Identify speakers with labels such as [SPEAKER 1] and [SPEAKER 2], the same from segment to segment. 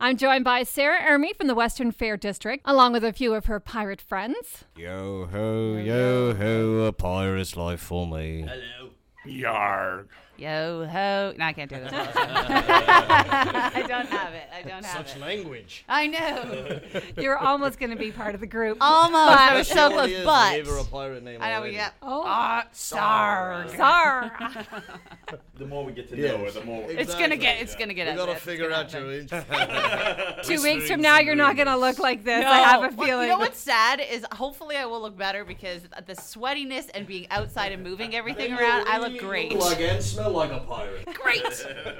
[SPEAKER 1] I'm joined by Sarah Ermey from the Western Fair District, along with a few of her pirate friends.
[SPEAKER 2] Yo ho, yo ho, a pirate's life for me. Hello.
[SPEAKER 3] Yarg.
[SPEAKER 4] Yo ho! No, I can't do this. I don't have it. I don't have
[SPEAKER 5] Such
[SPEAKER 4] it.
[SPEAKER 5] language.
[SPEAKER 4] I know.
[SPEAKER 1] You're almost going to be part of the group.
[SPEAKER 4] Almost. I was so
[SPEAKER 5] Surely
[SPEAKER 4] close,
[SPEAKER 5] is. I gave her a
[SPEAKER 4] but
[SPEAKER 5] pirate name
[SPEAKER 4] I know
[SPEAKER 5] already.
[SPEAKER 4] we got.
[SPEAKER 1] Oh.
[SPEAKER 4] Ah, Sarg.
[SPEAKER 1] Sarah.
[SPEAKER 6] The more we get to
[SPEAKER 5] Yes.
[SPEAKER 6] know her, the more.
[SPEAKER 4] It's gonna get. It's gonna get.
[SPEAKER 5] We
[SPEAKER 4] out
[SPEAKER 5] gotta
[SPEAKER 4] there. It's
[SPEAKER 5] figure
[SPEAKER 4] gonna
[SPEAKER 5] out
[SPEAKER 4] happen.
[SPEAKER 5] your inch.
[SPEAKER 1] Two weeks from now, you're not going to look like this. I have a
[SPEAKER 4] Well,
[SPEAKER 1] feeling.
[SPEAKER 4] you know what's sad is hopefully I will look better because the sweatiness and being outside and moving everything around, I look great.
[SPEAKER 6] Like and smell like a pirate.
[SPEAKER 4] Great.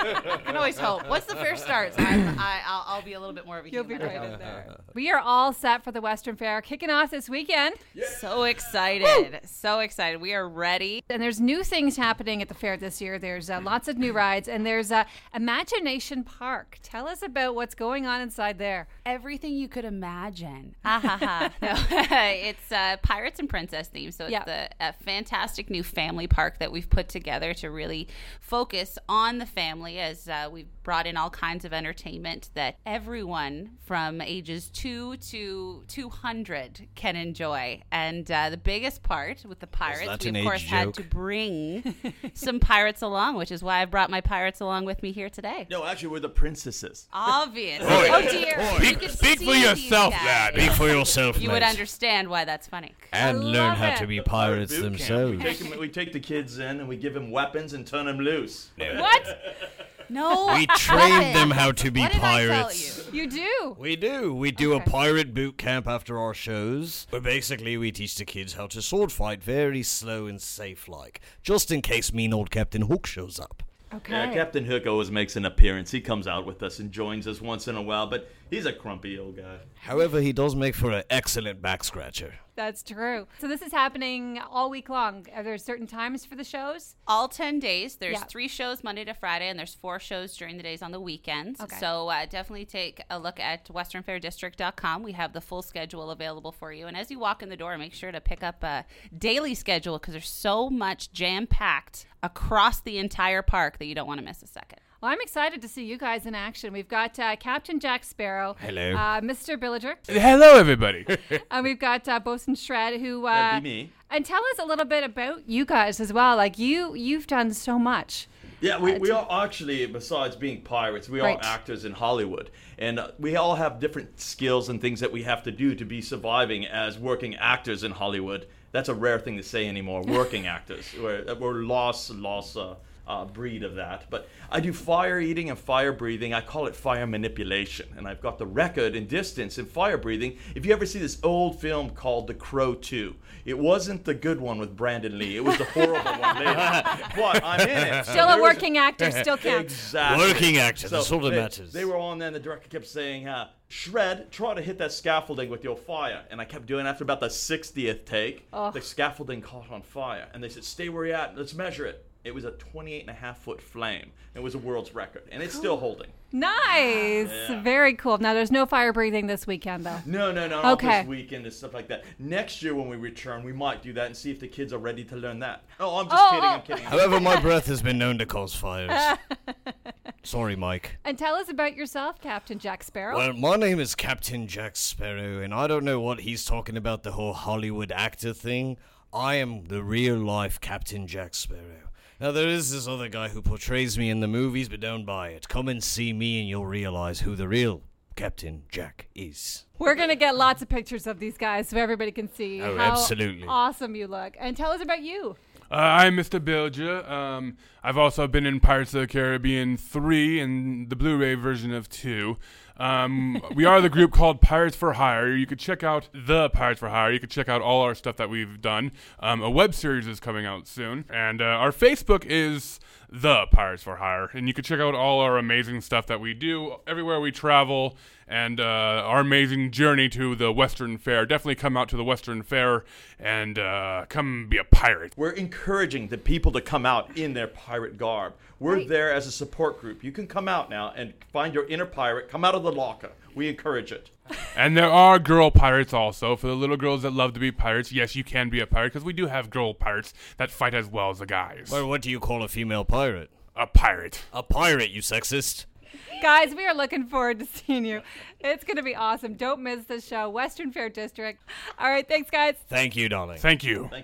[SPEAKER 4] I can always hope. Once the fair starts, I'm, I, I'll, I'll be a little bit more of a
[SPEAKER 1] You'll be
[SPEAKER 4] human.
[SPEAKER 1] right in there. We are all set for the Western Fair kicking off this weekend,
[SPEAKER 4] So excited. So excited. We are ready.
[SPEAKER 1] and there's new things happening at the fair this year. There's uh, lots of new rides, and there's uh, Imagination Park. Tell us about what's going on inside there.
[SPEAKER 4] everything you could imagine. Ah, ha, ha. No, it's uh, Pirates and Princess theme. So it's
[SPEAKER 1] Yeah.
[SPEAKER 4] a, a fantastic new family park that we've put together to really focus on the family as uh, we've brought in all kinds of entertainment that everyone from ages 2 to 200 can enjoy. And uh, the biggest part with the Pirates,
[SPEAKER 2] that
[SPEAKER 4] we
[SPEAKER 2] an
[SPEAKER 4] of
[SPEAKER 2] age
[SPEAKER 4] course had
[SPEAKER 2] joke?
[SPEAKER 4] to bring some Pirates along, which is why I've brought my Pirates along with me here today.
[SPEAKER 6] No, actually, we're the princesses.
[SPEAKER 4] Obvious.
[SPEAKER 3] Oi.
[SPEAKER 4] Oh dear. You
[SPEAKER 3] Speak,
[SPEAKER 4] can
[SPEAKER 3] speak
[SPEAKER 4] see
[SPEAKER 3] for
[SPEAKER 4] these
[SPEAKER 3] yourself,
[SPEAKER 4] guys.
[SPEAKER 3] lad.
[SPEAKER 2] Be for yourself,
[SPEAKER 4] You would understand why that's funny.
[SPEAKER 2] And
[SPEAKER 1] I
[SPEAKER 2] learn
[SPEAKER 1] love
[SPEAKER 2] how
[SPEAKER 1] it.
[SPEAKER 2] to be pirates
[SPEAKER 6] Boot camp.
[SPEAKER 2] themselves.
[SPEAKER 6] We take, 'em- we take the kids in and we give them weapons and turn them loose.
[SPEAKER 1] What
[SPEAKER 4] No.
[SPEAKER 2] We train them how to be
[SPEAKER 4] what did
[SPEAKER 2] pirates.
[SPEAKER 4] I tell you?
[SPEAKER 1] you do?
[SPEAKER 2] We do. We do
[SPEAKER 1] Okay.
[SPEAKER 2] a pirate boot camp after our shows, where basically we teach the kids how to sword fight very slow and safe like, just in case mean old Captain Hook shows up.
[SPEAKER 1] Okay.
[SPEAKER 6] Yeah, Captain Hook always makes an appearance. He comes out with us and joins us once in a while, but he's a crumpy old guy.
[SPEAKER 2] However, he does make for an excellent back scratcher.
[SPEAKER 1] That's true. So this is happening all week long. Are there certain times for the shows?
[SPEAKER 4] All 10 days. There's
[SPEAKER 1] Yeah.
[SPEAKER 4] three shows Monday to Friday, and there's four shows during the days on the weekends.
[SPEAKER 1] Okay.
[SPEAKER 4] So uh, definitely take a look at westernfairdistrict.com. We have the full schedule available for you. And as you walk in the door, make sure to pick up a daily schedule because there's so much jam packed across the entire park that you don't want to miss a second.
[SPEAKER 1] Well, I'm excited to see you guys in action. We've got uh, Captain Jack Sparrow.
[SPEAKER 2] Hello.
[SPEAKER 1] Uh, Mr. Billiger.
[SPEAKER 3] Hello, everybody.
[SPEAKER 1] and we've got uh, Bosun Shred, who. Uh,
[SPEAKER 6] That'd be me.
[SPEAKER 1] And tell us a little bit about you guys as well. Like you, you've done so much.
[SPEAKER 6] Yeah, we, we are actually, besides being pirates, we
[SPEAKER 1] Right.
[SPEAKER 6] are actors in Hollywood. And uh, we all have different skills and things that we have to do to be surviving as working actors in Hollywood. That's a rare thing to say anymore, working actors. We're, uh, we're lost, lost uh, uh, breed of that. But I do fire eating and fire breathing. I call it fire manipulation. And I've got the record in distance in fire breathing. If you ever see this old film called The Crow 2, it wasn't the good one with Brandon Lee, it was the horrible one later. But I'm in it. so
[SPEAKER 1] Still
[SPEAKER 6] Oh, Uh, there
[SPEAKER 1] a
[SPEAKER 6] is-
[SPEAKER 1] working actor, still counts.
[SPEAKER 6] Exactly.
[SPEAKER 2] Working actor, that's all that
[SPEAKER 6] they,
[SPEAKER 2] matters.
[SPEAKER 6] They were on there, and the director kept saying, uh, "Shred, try to hit that scaffolding with your fire." And I kept doing. it. After about the 60th take, the scaffolding caught on fire, and they said, "Stay where you're at. Let's measure it." It was a 28 and a half foot flame. It was a world's record, and it's still holding.
[SPEAKER 1] Nice, very cool. Now there's no fire breathing this weekend though.
[SPEAKER 6] No, no, no. not
[SPEAKER 1] Okay.
[SPEAKER 6] This weekend and stuff like that. Next year when we return, we might do that and see if the kids are ready to learn that. Oh, I'm just
[SPEAKER 1] Oh,
[SPEAKER 6] kidding.
[SPEAKER 1] oh.
[SPEAKER 6] I'm kidding.
[SPEAKER 2] However, my breath has been known to cause fires. Sorry, Mike.
[SPEAKER 1] And tell us about yourself, Captain Jack Sparrow.
[SPEAKER 2] Well, my name is Captain Jack Sparrow, and I don't know what he's talking about the whole Hollywood actor thing. I am the real life Captain Jack Sparrow. Now, there is this other guy who portrays me in the movies, but don't buy it. Come and see me, and you'll realize who the real Captain Jack is.
[SPEAKER 1] We're gonna get lots of pictures of these guys so everybody can see
[SPEAKER 2] Oh,
[SPEAKER 1] how
[SPEAKER 2] absolutely.
[SPEAKER 1] awesome you look. And tell us about you.
[SPEAKER 3] Uh, I'm Mr. Bilger. Um, I've also been in Pirates of the Caribbean 3 and the Blu ray version of 2. Um, we are the group called Pirates for Hire. You could check out the Pirates for Hire. You could check out all our stuff that we've done. Um, a web series is coming out soon. And uh, our Facebook is the Pirates for Hire. And you can check out all our amazing stuff that we do everywhere we travel and uh, our amazing journey to the Western Fair. Definitely come out to the Western Fair and uh, come be a pirate.
[SPEAKER 6] We're encouraging the people to come out in their pirate garb. We're there as a support group. You can come out now and find your inner pirate. Come out of the locker. We encourage it.
[SPEAKER 3] And there are girl pirates also. For the little girls that love to be pirates, yes, you can be a pirate because we do have girl pirates that fight as well as the guys.
[SPEAKER 2] Well, what do you call a female pirate?
[SPEAKER 3] a pirate.
[SPEAKER 2] A pirate, you sexist.
[SPEAKER 1] Guys, we are looking forward to seeing you. It's going to be awesome. Don't miss the show, Western Fair District. All right, thanks, guys.
[SPEAKER 2] Thank you, darling.
[SPEAKER 3] Thank you.